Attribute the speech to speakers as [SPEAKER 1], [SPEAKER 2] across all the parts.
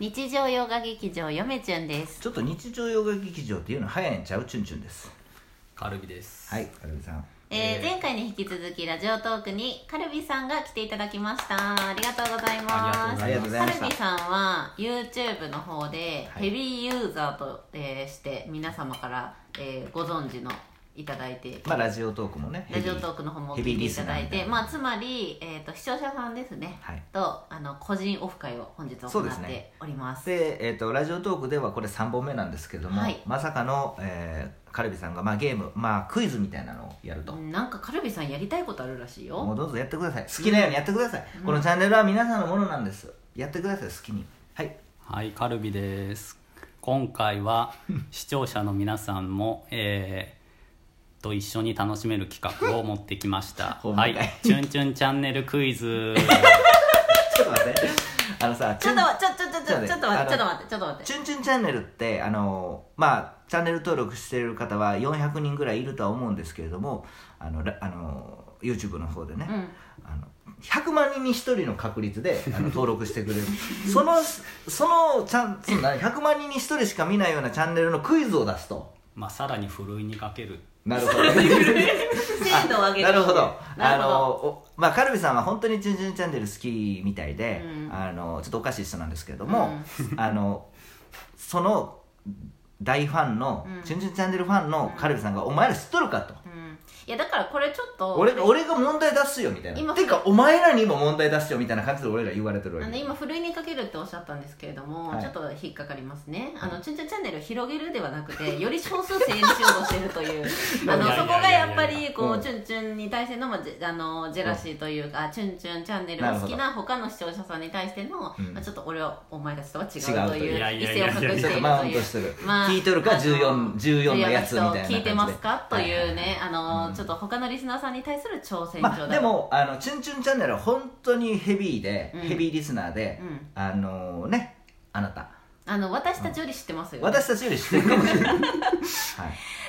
[SPEAKER 1] 日常洋画劇場よめちゅんです
[SPEAKER 2] ちょっと日常洋画劇場っていうの早いんちゃうチュンチュンです
[SPEAKER 3] カルビです。
[SPEAKER 2] はいカルビさん
[SPEAKER 1] えー
[SPEAKER 3] えー
[SPEAKER 1] 前回に引き続きラジオトークにカルビさんが来ていただきましたありがとうございます
[SPEAKER 3] ありがとうご
[SPEAKER 2] ざいます
[SPEAKER 1] カルビさんは YouTube の方で
[SPEAKER 2] はい
[SPEAKER 1] ヘビーユーザーと、えーして皆様から、えーご存知のいただいて
[SPEAKER 2] まあラジオトークもね
[SPEAKER 1] ラジオトークの方も
[SPEAKER 2] ヘ
[SPEAKER 1] 聞
[SPEAKER 2] ビ
[SPEAKER 1] い
[SPEAKER 2] ー
[SPEAKER 1] て
[SPEAKER 2] リ
[SPEAKER 1] い
[SPEAKER 2] ス
[SPEAKER 1] た
[SPEAKER 2] ナ
[SPEAKER 1] だ
[SPEAKER 2] ー
[SPEAKER 1] い
[SPEAKER 2] みたい
[SPEAKER 1] て
[SPEAKER 2] な
[SPEAKER 1] まあつまり、えー、と視聴者さんですね、
[SPEAKER 2] はい
[SPEAKER 1] とあの個人オフ会を本日行
[SPEAKER 2] そうで
[SPEAKER 1] っ
[SPEAKER 2] す
[SPEAKER 1] て
[SPEAKER 2] ね
[SPEAKER 1] おります
[SPEAKER 2] で、えー、とラジオトークではこれ3本目なんですけども、
[SPEAKER 1] はい
[SPEAKER 2] まさかの、えーカルビさんが、まあ、ゲーム、まあ、クイズみたいなのをやると、
[SPEAKER 1] うんなんかカルビさんやりたいことあるらしいよ
[SPEAKER 2] もうどうぞやってください好きなようにやってください、
[SPEAKER 1] うん
[SPEAKER 2] このチャンネルは皆さんのものなんですやってください好きにはい。
[SPEAKER 3] はい、カルビです。今回は視聴者の皆さんも、えーと一緒に楽しめる企画を持ってきました
[SPEAKER 2] ほんま
[SPEAKER 3] は
[SPEAKER 2] かい
[SPEAKER 3] い、チュンチュンチャンネルクイズ。
[SPEAKER 2] ちょっと待って あのさ
[SPEAKER 1] ちょっとちょちょちょちょちょっと待ってちょっと
[SPEAKER 2] あの
[SPEAKER 1] 待ってちょっと待って
[SPEAKER 2] チュンチュンチャンネルってあのまあチャンネル登録してる方は400人ぐらいいるとは思うんですけれどもあのらあの YouTube の方でね、
[SPEAKER 1] うん
[SPEAKER 2] あの100万人に1人の確率であの登録してくれる そのそのチャンその何100万人に1人しか見ないようなチャンネルのクイズを出すと
[SPEAKER 3] まあさらにふるいにかける。
[SPEAKER 2] な るほどね
[SPEAKER 1] 精度を上げる
[SPEAKER 2] なるほど
[SPEAKER 1] な
[SPEAKER 2] あ
[SPEAKER 1] るほ
[SPEAKER 2] の
[SPEAKER 1] ど
[SPEAKER 2] おまあカルビさんは本当に「チュンチュンチャンネル」好きみたいで、
[SPEAKER 1] うん
[SPEAKER 2] あのちょっとおかしい人なんですけれども、 あのその大ファンの
[SPEAKER 1] うん
[SPEAKER 2] 「チュンチュンチャンネル」ファンのカルビさんが「お前ら知っとるか」と。
[SPEAKER 1] うんいやだからこれちょっと
[SPEAKER 2] 俺が俺が問題出すよみたいな
[SPEAKER 1] 今
[SPEAKER 2] てかお前らにも問題出すよみたいな感じで俺ら言われてるわ
[SPEAKER 1] あ
[SPEAKER 2] け
[SPEAKER 1] の今ふるいにかけるっておっしゃったんですけれども、
[SPEAKER 2] はい
[SPEAKER 1] ちょっと引っかかりますね「あのチュンチュンチャンネル」を広げるではなくてより少数精にしようとしてるというあの
[SPEAKER 3] いやいやいやいや
[SPEAKER 1] そこがやっぱりこう、
[SPEAKER 2] うん
[SPEAKER 1] チュンチュンに対しての,、まあ、ジェあのジェラシーというか、チュンチュンチャンネルを好きな他の視聴者さんに対しての、
[SPEAKER 2] うん
[SPEAKER 1] まあ、ちょっと俺はお前たちとは違
[SPEAKER 2] 違
[SPEAKER 1] う
[SPEAKER 2] う
[SPEAKER 1] と
[SPEAKER 2] と
[SPEAKER 1] い
[SPEAKER 2] いう
[SPEAKER 3] いや
[SPEAKER 1] 一
[SPEAKER 3] いやい
[SPEAKER 1] 線を
[SPEAKER 3] や
[SPEAKER 1] 隠
[SPEAKER 3] いや
[SPEAKER 1] している
[SPEAKER 2] ちょっとマウントしてる、
[SPEAKER 1] まあ
[SPEAKER 2] 聞いとるか
[SPEAKER 1] あの
[SPEAKER 2] 1414 14のやつみたいな感じで
[SPEAKER 1] 聞いてますかというね、あの
[SPEAKER 2] うん
[SPEAKER 1] ちょっと他のリスナーさんに対する挑戦状だ
[SPEAKER 2] まあ、でもあの「チュンチュンチャンネル」は本当にヘビーで、
[SPEAKER 1] うん
[SPEAKER 2] ヘビーリスナーで、
[SPEAKER 1] うん
[SPEAKER 2] あのねあなた
[SPEAKER 1] あの私たちより知ってますよ、
[SPEAKER 2] 私たちより知ってるかもしれないはい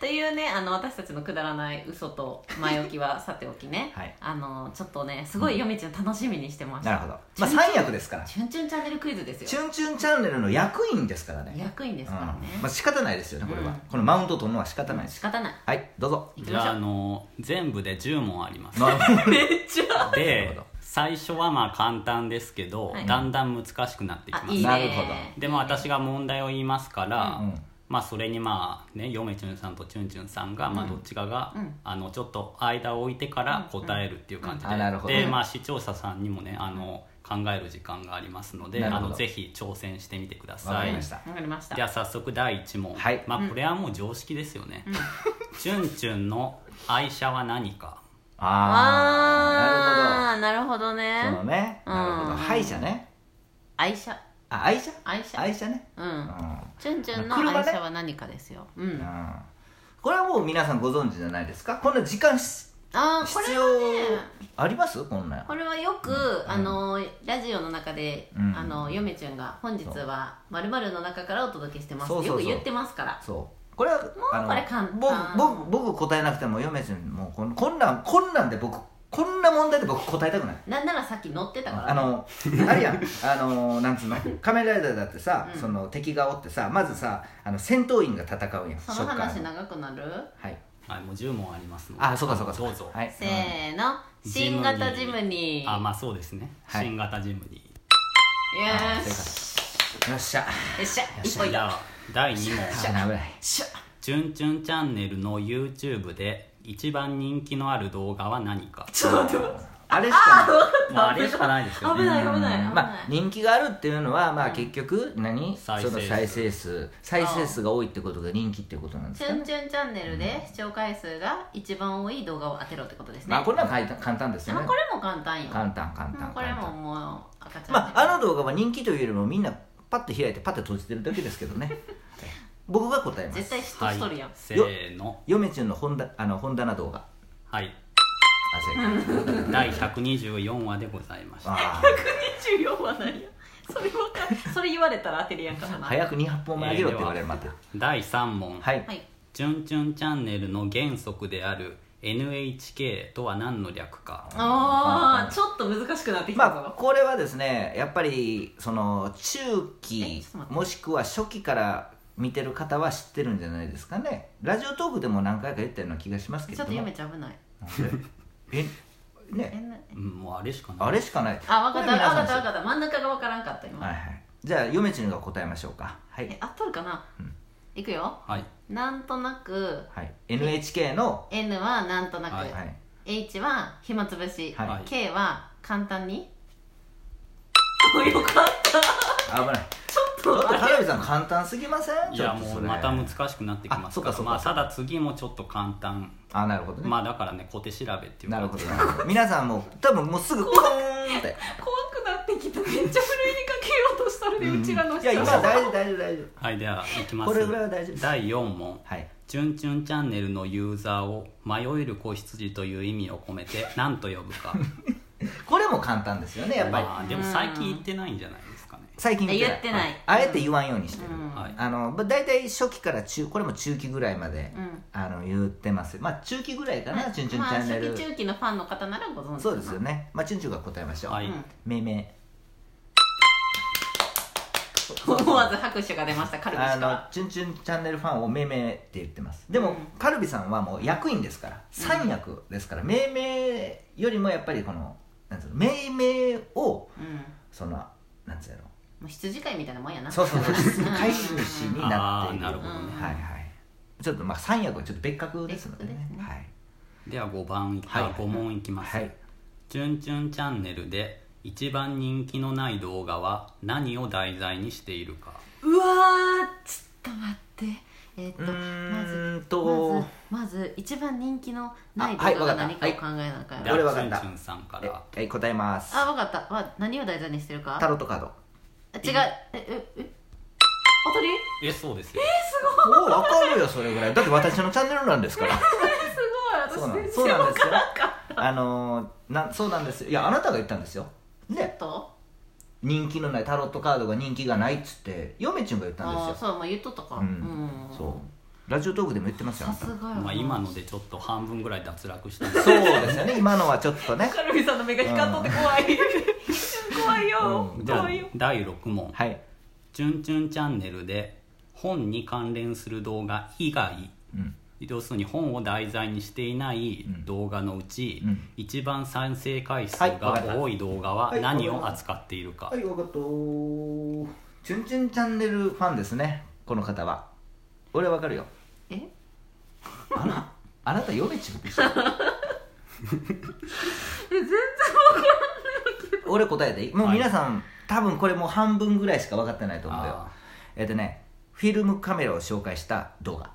[SPEAKER 1] というねあの私たちのくだらない嘘と前置きはさておきね、
[SPEAKER 2] はい
[SPEAKER 1] あのちょっとねすごいよめちゃん楽しみにしてまし
[SPEAKER 2] な
[SPEAKER 1] た、
[SPEAKER 2] るほど、まあ、三役ですから
[SPEAKER 1] チュンチュンチャンネルクイズで
[SPEAKER 2] 「
[SPEAKER 1] す
[SPEAKER 2] チ
[SPEAKER 1] よ
[SPEAKER 2] ュンチュンチャンネル」の役員ですからね
[SPEAKER 1] 役員ですからね、
[SPEAKER 2] うんまあ、仕方ないですよねこれは、
[SPEAKER 1] うん
[SPEAKER 2] このマウント取るのは仕方ないです
[SPEAKER 1] 仕方 ない
[SPEAKER 2] はいどうぞ
[SPEAKER 1] 行き
[SPEAKER 3] じ
[SPEAKER 1] まし
[SPEAKER 3] ゃあ
[SPEAKER 1] ょ
[SPEAKER 3] あ
[SPEAKER 1] う
[SPEAKER 3] の全部で10問あります。
[SPEAKER 2] なるほど
[SPEAKER 1] めっちゃ
[SPEAKER 2] な
[SPEAKER 3] で
[SPEAKER 2] るほど
[SPEAKER 3] 最初はまあ簡単ですけど、
[SPEAKER 1] はい
[SPEAKER 3] だんだん難しくなっていき
[SPEAKER 1] あ
[SPEAKER 3] ます。
[SPEAKER 1] いいね
[SPEAKER 2] なるほ
[SPEAKER 3] でも私が問題を言いますから、
[SPEAKER 2] うんうん
[SPEAKER 3] まあそれにまあね嫁チュンさんとチュンチュンさんがまあどっちかが、
[SPEAKER 1] うん
[SPEAKER 3] あのちょっと間を置いてから答えるっていう感じで、
[SPEAKER 2] うんうんあなるほど
[SPEAKER 3] でまあ視聴者さんにもねあの考える時間がありますので
[SPEAKER 2] なる
[SPEAKER 3] あ
[SPEAKER 2] ほど
[SPEAKER 3] のぜひ挑戦してみてくだ
[SPEAKER 2] わ
[SPEAKER 3] さ
[SPEAKER 2] かり
[SPEAKER 3] い
[SPEAKER 2] ました
[SPEAKER 1] わかりました
[SPEAKER 3] では早速第1問、
[SPEAKER 2] はい
[SPEAKER 3] まあこれはもう常識ですよね、
[SPEAKER 1] ん
[SPEAKER 3] チュンチュンの愛車は何か
[SPEAKER 2] あ
[SPEAKER 1] あーなるほど
[SPEAKER 2] あなるほどそ
[SPEAKER 1] ね
[SPEAKER 2] のね
[SPEAKER 1] うん
[SPEAKER 2] なるほど歯医者ね
[SPEAKER 1] 愛車
[SPEAKER 2] あ愛車
[SPEAKER 1] 愛車
[SPEAKER 2] 愛車ね
[SPEAKER 1] う
[SPEAKER 2] うんん
[SPEAKER 1] チュンチュンの
[SPEAKER 2] 車ね
[SPEAKER 1] 愛車は何かですよ、う
[SPEAKER 2] うんんこれはもう皆さんご存知じゃないですかこんな時間し
[SPEAKER 1] ああこ
[SPEAKER 2] 必
[SPEAKER 1] れ
[SPEAKER 2] 要
[SPEAKER 1] はね
[SPEAKER 2] ありますこんなん
[SPEAKER 1] これはよく、あのラジオの中で、
[SPEAKER 2] うん
[SPEAKER 1] あのよめちゃんが本日はまるの中からお届けしてます
[SPEAKER 2] そうそうそう
[SPEAKER 1] よく言ってますから
[SPEAKER 2] そうこれはあの
[SPEAKER 1] これ簡単
[SPEAKER 2] 僕僕僕答えなくても嫁ちゃんもうこんこんなんこんなんで僕こんな問題で僕答えたくない
[SPEAKER 1] なんならさっき乗ってたから、ね、
[SPEAKER 2] あのあれやん あのなんつうの仮面ライダーだってさ、
[SPEAKER 1] うん
[SPEAKER 2] その敵がおってさまずさあの戦闘員が戦うやん
[SPEAKER 1] その話
[SPEAKER 2] ショッカーの
[SPEAKER 1] 長くなる
[SPEAKER 2] はい
[SPEAKER 3] はいもう10問ありますので
[SPEAKER 2] あそうかそうかそうか
[SPEAKER 3] どうぞ、
[SPEAKER 2] はい、
[SPEAKER 1] せーの
[SPEAKER 3] ジムニ
[SPEAKER 1] 新
[SPEAKER 3] ー
[SPEAKER 1] 型ジムニー
[SPEAKER 3] あまあそうですね、
[SPEAKER 2] はい
[SPEAKER 3] 新型ジムに
[SPEAKER 2] あ
[SPEAKER 1] よ
[SPEAKER 2] 正解よっしゃ
[SPEAKER 1] ーしよっしゃ一歩
[SPEAKER 3] じ
[SPEAKER 1] い
[SPEAKER 3] ゃあ第2問
[SPEAKER 2] 危ない
[SPEAKER 1] しゃ
[SPEAKER 3] 「チュンチュンチャンネル」の YouTube で一番人気のある動画は何か
[SPEAKER 1] ちょっと待って
[SPEAKER 2] あれしかない
[SPEAKER 3] まああれしかないですよ
[SPEAKER 1] 危
[SPEAKER 3] ね
[SPEAKER 1] ない危ない危ない、
[SPEAKER 2] まあ、人気があるっていうのは、まあ、結局何、
[SPEAKER 3] 再生
[SPEAKER 2] そ
[SPEAKER 3] 数
[SPEAKER 2] の再生数再生数が多いってことが人気ってことなんです
[SPEAKER 1] チ
[SPEAKER 2] か
[SPEAKER 1] ュ
[SPEAKER 2] ね
[SPEAKER 1] ンチュンチャンネルで視聴回数が一番多い動画を当てろってことですね、
[SPEAKER 2] まあこ
[SPEAKER 1] れ
[SPEAKER 2] れは簡単簡単ですよ
[SPEAKER 1] あ
[SPEAKER 2] ね
[SPEAKER 1] これも簡単よ
[SPEAKER 2] 簡単簡単
[SPEAKER 1] うんこれ
[SPEAKER 2] 簡
[SPEAKER 1] も
[SPEAKER 2] 単
[SPEAKER 1] もう赤ちゃん
[SPEAKER 2] まああの動画は人気というよりもみんなパッと開いてパッと閉じてるだけですけ どね僕が答えます
[SPEAKER 1] 絶対知っ
[SPEAKER 3] は
[SPEAKER 1] とる
[SPEAKER 3] い
[SPEAKER 1] やん、
[SPEAKER 3] せーの
[SPEAKER 2] 嫁ちゅんの本棚あの本棚動画
[SPEAKER 3] はい
[SPEAKER 2] あ正解
[SPEAKER 3] 第124話でございました
[SPEAKER 2] あ
[SPEAKER 1] 124は何やそれわかんそれ言われたら当てるやんか
[SPEAKER 2] ー
[SPEAKER 1] な
[SPEAKER 2] 早く200本目あげ ろって言われるまた
[SPEAKER 3] 第3問
[SPEAKER 2] はい
[SPEAKER 1] はい
[SPEAKER 3] 「チュンチュンチャンネル」の原則である NHK とは何の略か
[SPEAKER 1] ああちょっと難しくなってきたぞ、
[SPEAKER 2] まあ、これはですねやっぱりその中
[SPEAKER 1] え
[SPEAKER 2] 期
[SPEAKER 1] ちょっと待って
[SPEAKER 2] もしくは初期から見てる方は知ってるんじゃないですかねラジオトークでも何回か言ったような気がしますけ
[SPEAKER 1] ち
[SPEAKER 2] れ
[SPEAKER 1] ょっ
[SPEAKER 2] ど
[SPEAKER 1] とやめ
[SPEAKER 2] も
[SPEAKER 1] ちゃ危ない
[SPEAKER 2] えね
[SPEAKER 1] えな
[SPEAKER 3] うんもうあれしかない
[SPEAKER 2] あれしかない
[SPEAKER 1] あ分かった
[SPEAKER 2] これ皆
[SPEAKER 1] 分
[SPEAKER 2] さ
[SPEAKER 1] か
[SPEAKER 2] ん
[SPEAKER 1] った分かった真ん中が分からんかった今、
[SPEAKER 2] はいはいじゃあ嫁ちんが答えましょうかはい
[SPEAKER 1] え合っとるかな、
[SPEAKER 2] うん
[SPEAKER 1] いくよ
[SPEAKER 3] はい
[SPEAKER 1] なんとなく
[SPEAKER 2] はい NHK の
[SPEAKER 1] N はなんとなく、
[SPEAKER 3] はい
[SPEAKER 2] はい
[SPEAKER 1] H は暇つぶし、
[SPEAKER 2] はい
[SPEAKER 1] K は簡単にあよかった
[SPEAKER 2] 危ない
[SPEAKER 1] ち
[SPEAKER 2] ちょ
[SPEAKER 1] ょ
[SPEAKER 2] っ
[SPEAKER 1] っ
[SPEAKER 2] と
[SPEAKER 1] とあれ
[SPEAKER 2] 田辺さん簡単すぎません
[SPEAKER 3] い
[SPEAKER 2] ちょ
[SPEAKER 3] や
[SPEAKER 2] っと
[SPEAKER 3] も
[SPEAKER 2] そうれ
[SPEAKER 3] また難しくなってきます
[SPEAKER 2] あそっかそっか
[SPEAKER 3] まあ、ただ次もちょっと簡単
[SPEAKER 2] あなるほどね
[SPEAKER 3] まあだからね小手調べっていう
[SPEAKER 2] なるほ
[SPEAKER 3] ど
[SPEAKER 2] どなるほど皆さんも多分もうすぐコーンって
[SPEAKER 1] 怖くなってきためっちゃふるいにかけようとしたるで、うちらの
[SPEAKER 2] い
[SPEAKER 1] 人
[SPEAKER 2] や今大丈夫大丈夫大丈夫
[SPEAKER 3] はいではいきます
[SPEAKER 2] これぐらいは大丈夫です
[SPEAKER 3] 第4問
[SPEAKER 2] はい
[SPEAKER 3] 「チュンチュンチャンネル」のユーザーを迷える子羊という意味を込め て何と呼ぶか
[SPEAKER 2] これも簡単ですよねやっぱり、
[SPEAKER 3] まあでも最近言ってないんじゃないですかね
[SPEAKER 2] 最近
[SPEAKER 1] 言ってない
[SPEAKER 2] あえて言わんようにしてる、
[SPEAKER 1] うん
[SPEAKER 3] はい
[SPEAKER 2] あのまあ大体初期から中これも中期ぐらいまで、
[SPEAKER 1] うん
[SPEAKER 2] あの言ってますまあ中期ぐらいかな、チュンチュンチャンネ
[SPEAKER 1] ま
[SPEAKER 2] ル、
[SPEAKER 1] あ、初期中期のファンの方ならご存知
[SPEAKER 2] そうですよねまあチュンチュンが答えましょう、
[SPEAKER 3] はい
[SPEAKER 1] うん
[SPEAKER 2] めいめい
[SPEAKER 1] 思わず拍手が出ましたカルビ
[SPEAKER 2] あ
[SPEAKER 1] 氏か
[SPEAKER 2] の
[SPEAKER 1] ら
[SPEAKER 2] チュンチュンチャンネルファンをめいめいって言ってますでも、
[SPEAKER 1] うん
[SPEAKER 2] カルビさんはもう役員ですから三役ですから、めいめいよりもやっぱりこのなんつうのめいめいを
[SPEAKER 1] うんも
[SPEAKER 2] そのなんつうの
[SPEAKER 1] う羊飼いみたいなもんやな
[SPEAKER 2] そうそうそう
[SPEAKER 1] うん
[SPEAKER 2] 飼い主になっている
[SPEAKER 3] あーなるほど
[SPEAKER 1] ね
[SPEAKER 2] はいはいちょっとまあ三役はちょっと別格ですのでね
[SPEAKER 1] 別格ですね
[SPEAKER 2] はい
[SPEAKER 3] では5番いき、
[SPEAKER 2] はい
[SPEAKER 3] あ5問いきます、
[SPEAKER 2] はい
[SPEAKER 3] チュンチュンチャンネル」で一番人気のない動画は何を題材にしているか
[SPEAKER 1] うわーちょっと待ってえーっ
[SPEAKER 2] う
[SPEAKER 1] とまず
[SPEAKER 2] ーん
[SPEAKER 1] ま
[SPEAKER 2] と
[SPEAKER 1] ずまず一番人気のない動
[SPEAKER 2] あはい
[SPEAKER 1] 画が何かを
[SPEAKER 2] わ
[SPEAKER 1] 考
[SPEAKER 2] か
[SPEAKER 1] えなきゃ
[SPEAKER 3] で
[SPEAKER 1] な
[SPEAKER 3] は
[SPEAKER 2] 俺わかっ
[SPEAKER 3] チュ
[SPEAKER 2] た
[SPEAKER 3] ンチュンさんか
[SPEAKER 2] え
[SPEAKER 3] ら
[SPEAKER 2] はい答えます
[SPEAKER 1] あ分かったわ何を題材にしてる
[SPEAKER 2] タ
[SPEAKER 1] か
[SPEAKER 2] ロットカード
[SPEAKER 1] 違うえええおとり
[SPEAKER 3] えそうですよ
[SPEAKER 2] おお分かるよそれぐらいだって私のチャンネルなんですから
[SPEAKER 1] す
[SPEAKER 2] そ
[SPEAKER 1] ごい
[SPEAKER 2] う
[SPEAKER 1] 私
[SPEAKER 2] なん
[SPEAKER 1] 全
[SPEAKER 2] そう
[SPEAKER 1] 然
[SPEAKER 2] なん
[SPEAKER 1] 分か
[SPEAKER 2] ですよ
[SPEAKER 1] らんかっ
[SPEAKER 2] あのーなそうなんですよいやあなたが言ったんですよ
[SPEAKER 1] た
[SPEAKER 2] で
[SPEAKER 1] と
[SPEAKER 2] 人気のないタロットカードが人気がないっつって嫁ちゅんが言ったん
[SPEAKER 1] ああ
[SPEAKER 2] ですよ
[SPEAKER 1] そうもう言っとったか
[SPEAKER 2] う
[SPEAKER 1] うんん
[SPEAKER 2] そうラジオトークでも言ってますよあ
[SPEAKER 1] さ
[SPEAKER 2] なた
[SPEAKER 1] すがよ
[SPEAKER 3] まあ今のでちょっと半分ぐらい脱落した んで
[SPEAKER 2] そうですよね今のはちょっとね
[SPEAKER 1] カルビさんの目が光っとって怖い一瞬 怖いよ
[SPEAKER 2] うん
[SPEAKER 3] じゃあ
[SPEAKER 1] 怖いよ
[SPEAKER 3] 第6問
[SPEAKER 2] はい
[SPEAKER 3] 「チュンチュンチャンネル」で本に関連する動画以外
[SPEAKER 2] うん
[SPEAKER 3] 要するに本を題材にしていない
[SPEAKER 2] うん
[SPEAKER 3] 動画のうち、
[SPEAKER 2] うん
[SPEAKER 3] 一番再生回数
[SPEAKER 2] はいわかった
[SPEAKER 3] が多い動画は
[SPEAKER 2] はい
[SPEAKER 3] 何を扱っているか、
[SPEAKER 2] はい、わかったー。チュンチュンチャンネルファンですね、この方は。俺わかるよ。
[SPEAKER 1] え
[SPEAKER 2] あら、あなた嫁ちゅん でしょ。
[SPEAKER 1] 全然
[SPEAKER 2] 俺答えていいもう
[SPEAKER 3] はい
[SPEAKER 2] 皆さん、多分これもう半分ぐらいしか分かってないと思うよ
[SPEAKER 3] あ。
[SPEAKER 2] えっとね、フィルムカメラを紹介した動画。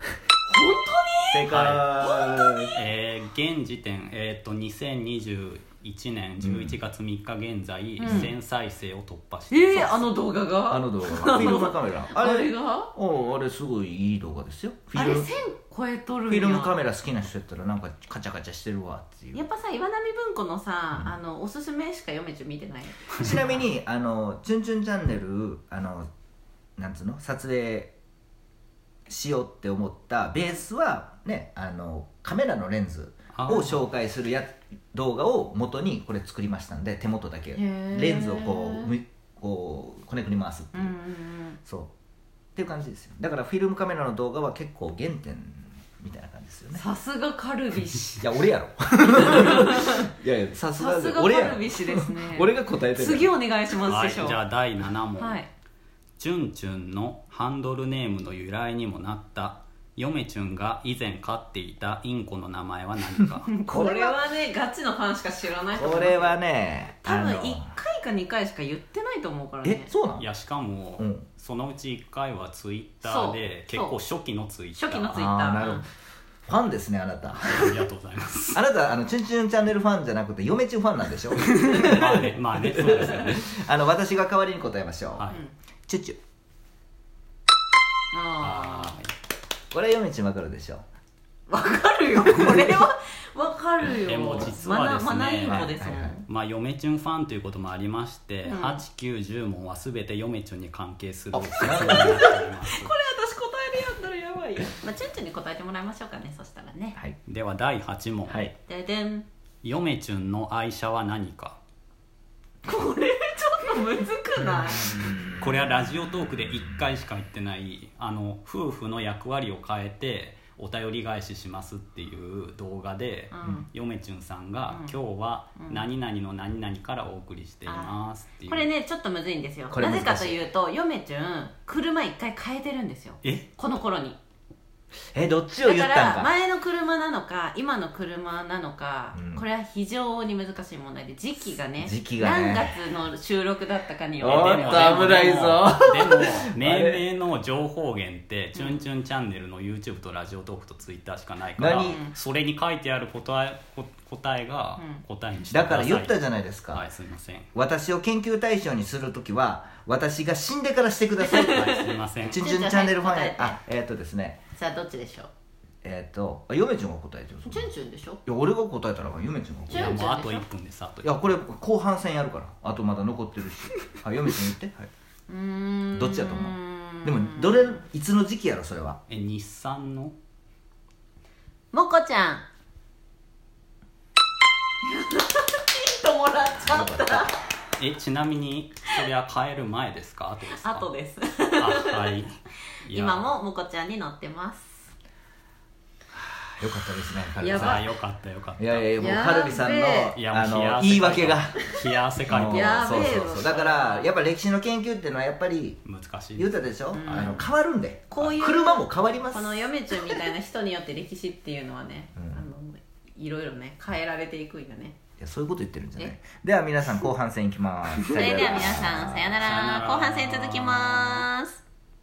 [SPEAKER 2] 本当に正解、
[SPEAKER 3] えー現時点、えー、と2021年11月3日現在、1000再生を突破してい
[SPEAKER 1] え
[SPEAKER 3] ま
[SPEAKER 1] ー、
[SPEAKER 3] す、
[SPEAKER 1] あの動画が
[SPEAKER 2] あの動画は。 フィルムカメラ。
[SPEAKER 1] あれが
[SPEAKER 2] おうあれすごいいい動画ですよ。フ
[SPEAKER 1] あ
[SPEAKER 2] ィル
[SPEAKER 1] れ
[SPEAKER 2] ム
[SPEAKER 1] 1000超えとるん
[SPEAKER 2] フ
[SPEAKER 1] や
[SPEAKER 2] ィルムカメラ好きな人やったらなんかカチャカチャしてるわっていう
[SPEAKER 1] やっぱさ岩波文庫のさ、あのおすすめしか読めちゃ見てない
[SPEAKER 2] ちなみに「あのチュンチュンチャンネル」あのなんつうの撮影しようって思ったベースはねあのカメラのレンズを紹介するや動画を元にこれ作りましたんで手元だけ
[SPEAKER 1] へー
[SPEAKER 2] レンズをこうむこうこねくり回すって
[SPEAKER 1] う
[SPEAKER 2] い
[SPEAKER 1] ん
[SPEAKER 2] う、
[SPEAKER 1] うんうん
[SPEAKER 2] そうっていう感じですよだからフィルムカメラの動画は結構原点みたいな感じですよね
[SPEAKER 1] さすがカルビ 氏
[SPEAKER 2] いや俺やろいやいやさすが
[SPEAKER 1] さすがカ
[SPEAKER 2] 俺や
[SPEAKER 1] ル
[SPEAKER 2] ろ
[SPEAKER 1] ビ氏ですね
[SPEAKER 2] 俺が答えてる
[SPEAKER 1] 次お願いします
[SPEAKER 3] はい、
[SPEAKER 1] でしょ
[SPEAKER 3] じゃあ第7問、
[SPEAKER 1] はい
[SPEAKER 3] チュンチュンのハンドルネームの由来にもなった嫁チュンが以前飼っていたインコの名前は 何か
[SPEAKER 1] これはねガチのファンしか知らないと思
[SPEAKER 2] こ
[SPEAKER 1] う
[SPEAKER 2] れはね
[SPEAKER 1] 多分
[SPEAKER 2] あ
[SPEAKER 1] 1
[SPEAKER 2] の
[SPEAKER 1] 回か2回しか言ってないと思うから
[SPEAKER 2] え
[SPEAKER 1] ね
[SPEAKER 2] そうなの
[SPEAKER 3] いやしかも、
[SPEAKER 2] うん
[SPEAKER 3] そのうち1回はツイッターで結
[SPEAKER 1] そう
[SPEAKER 3] 構初期のツイッター
[SPEAKER 1] 初期のツイッター
[SPEAKER 2] あーなるほどファンですねあなた
[SPEAKER 3] ありがとうございま す
[SPEAKER 2] あなたあのチュンチュンチャンネルファンじゃなくて嫁チュンファンなんでしょ
[SPEAKER 3] まあねまあねそうですよね
[SPEAKER 2] あの私が代わりに答えましょう、
[SPEAKER 3] はい、
[SPEAKER 1] うん
[SPEAKER 2] チュチュ
[SPEAKER 1] あ
[SPEAKER 3] は
[SPEAKER 2] これは嫁チュンわかるでしょ
[SPEAKER 1] あわかるよこれはわかるよ
[SPEAKER 3] でも実はですね
[SPEAKER 1] マナマナインコですもん、
[SPEAKER 2] はいはいはい
[SPEAKER 3] いまあ嫁チュンファンということもありまして、
[SPEAKER 1] うん
[SPEAKER 3] 8910問は全て嫁チュンに関係する
[SPEAKER 2] あ
[SPEAKER 3] 説明になっております
[SPEAKER 1] これ私答えるやったらやばいいよ、まあ、チュンチュンに答えてもらいましょうかねそしたらね
[SPEAKER 2] はい
[SPEAKER 3] では第8問、
[SPEAKER 2] はい
[SPEAKER 1] ででん
[SPEAKER 3] ヨメチュンの愛車は何か
[SPEAKER 1] これちょっとむずくない
[SPEAKER 3] これはラジオトークで1回しか言ってないあの夫婦の役割を変えてお便り返ししますっていう動画で、
[SPEAKER 1] うん
[SPEAKER 3] ヨメチュンさんが、
[SPEAKER 1] うん
[SPEAKER 3] 今日は
[SPEAKER 1] うん
[SPEAKER 3] 何々の何々からお送りしています」っていう
[SPEAKER 1] これねちょっとむずいんですよ
[SPEAKER 2] これ
[SPEAKER 1] な
[SPEAKER 2] 難し
[SPEAKER 1] ぜ
[SPEAKER 2] い
[SPEAKER 1] かというと嫁ちゅん車一回変えてるんですよ
[SPEAKER 3] え
[SPEAKER 1] この頃に
[SPEAKER 2] えどっちを
[SPEAKER 1] だ
[SPEAKER 2] 言
[SPEAKER 1] か
[SPEAKER 2] った
[SPEAKER 1] ら
[SPEAKER 2] んか
[SPEAKER 1] 前の車なのか今の車なのか、
[SPEAKER 2] うん
[SPEAKER 1] これは非常に難しい問題で時期がね
[SPEAKER 2] 時期が
[SPEAKER 1] 何
[SPEAKER 2] ね
[SPEAKER 1] 月の収録だったかによ
[SPEAKER 2] お
[SPEAKER 1] っ
[SPEAKER 2] ー
[SPEAKER 1] て
[SPEAKER 2] っと危ないぞ
[SPEAKER 3] でもでも命名の情報源って「チュンチュンチャンネル」の YouTube とラジオトークと Twitter しかないから
[SPEAKER 2] 何
[SPEAKER 3] それに書いてある答えこ答えが
[SPEAKER 1] うん
[SPEAKER 3] 答えにして
[SPEAKER 2] だから言ったじゃ
[SPEAKER 3] ない
[SPEAKER 2] ない
[SPEAKER 3] で
[SPEAKER 2] ですか、
[SPEAKER 3] はいすいません
[SPEAKER 2] 私を研究対象にするときは私が死んでからしてください
[SPEAKER 3] はいすいません
[SPEAKER 2] ちんちん チャンネルファン
[SPEAKER 1] はい
[SPEAKER 2] へあえっ、とですね
[SPEAKER 1] さあどっちでしょ
[SPEAKER 2] えっ、とあ嫁ちゃんが答えてる
[SPEAKER 1] うチュンチュンでしょ
[SPEAKER 2] いや俺が答えたら嫁ちゃんが答え
[SPEAKER 3] いや
[SPEAKER 1] チュンチ
[SPEAKER 3] も
[SPEAKER 1] ュン
[SPEAKER 3] うあ
[SPEAKER 1] でしょ
[SPEAKER 3] と1分ですあと
[SPEAKER 2] いやこれ後半戦やるからあとまだ残って るしはい嫁ちゃん言って、はいう
[SPEAKER 1] ーん
[SPEAKER 2] どっちやと思でもどれいつの時期やろそれは
[SPEAKER 3] え日産の
[SPEAKER 1] もこちゃんヒントもらっちゃ った
[SPEAKER 3] えちなみにそれは買える前ですか後ですか
[SPEAKER 1] 後です
[SPEAKER 3] あはいいや
[SPEAKER 1] 今ももこちゃんに乗ってます
[SPEAKER 2] よかったですねカルビ
[SPEAKER 1] や
[SPEAKER 3] さ
[SPEAKER 1] ば
[SPEAKER 3] あよかったよかった
[SPEAKER 2] いやいやもう
[SPEAKER 1] や
[SPEAKER 2] カルビさんの
[SPEAKER 1] べ
[SPEAKER 3] いや
[SPEAKER 2] あ
[SPEAKER 3] もう冷や汗かいた
[SPEAKER 2] の言い訳が
[SPEAKER 3] 冷や汗かい
[SPEAKER 2] もう
[SPEAKER 3] て
[SPEAKER 1] や
[SPEAKER 3] ま
[SPEAKER 1] べえ
[SPEAKER 2] そうそうそうだからやっぱ歴史の研究っていうのはやっぱり
[SPEAKER 3] す難しい
[SPEAKER 2] 言う
[SPEAKER 3] です
[SPEAKER 2] たでしょ、
[SPEAKER 1] ん
[SPEAKER 2] あの変わるんで
[SPEAKER 1] こういう
[SPEAKER 2] 車も変わります
[SPEAKER 1] この嫁ちゅんみたいな人によって歴史っていうのはね、
[SPEAKER 2] うん
[SPEAKER 1] あのいろいろね変えられていくんよね
[SPEAKER 2] いやそういうこと言ってるんじゃないでは皆さん後半戦いきます
[SPEAKER 1] それでは皆さんさよなら
[SPEAKER 3] さよなら
[SPEAKER 1] 後半戦続きます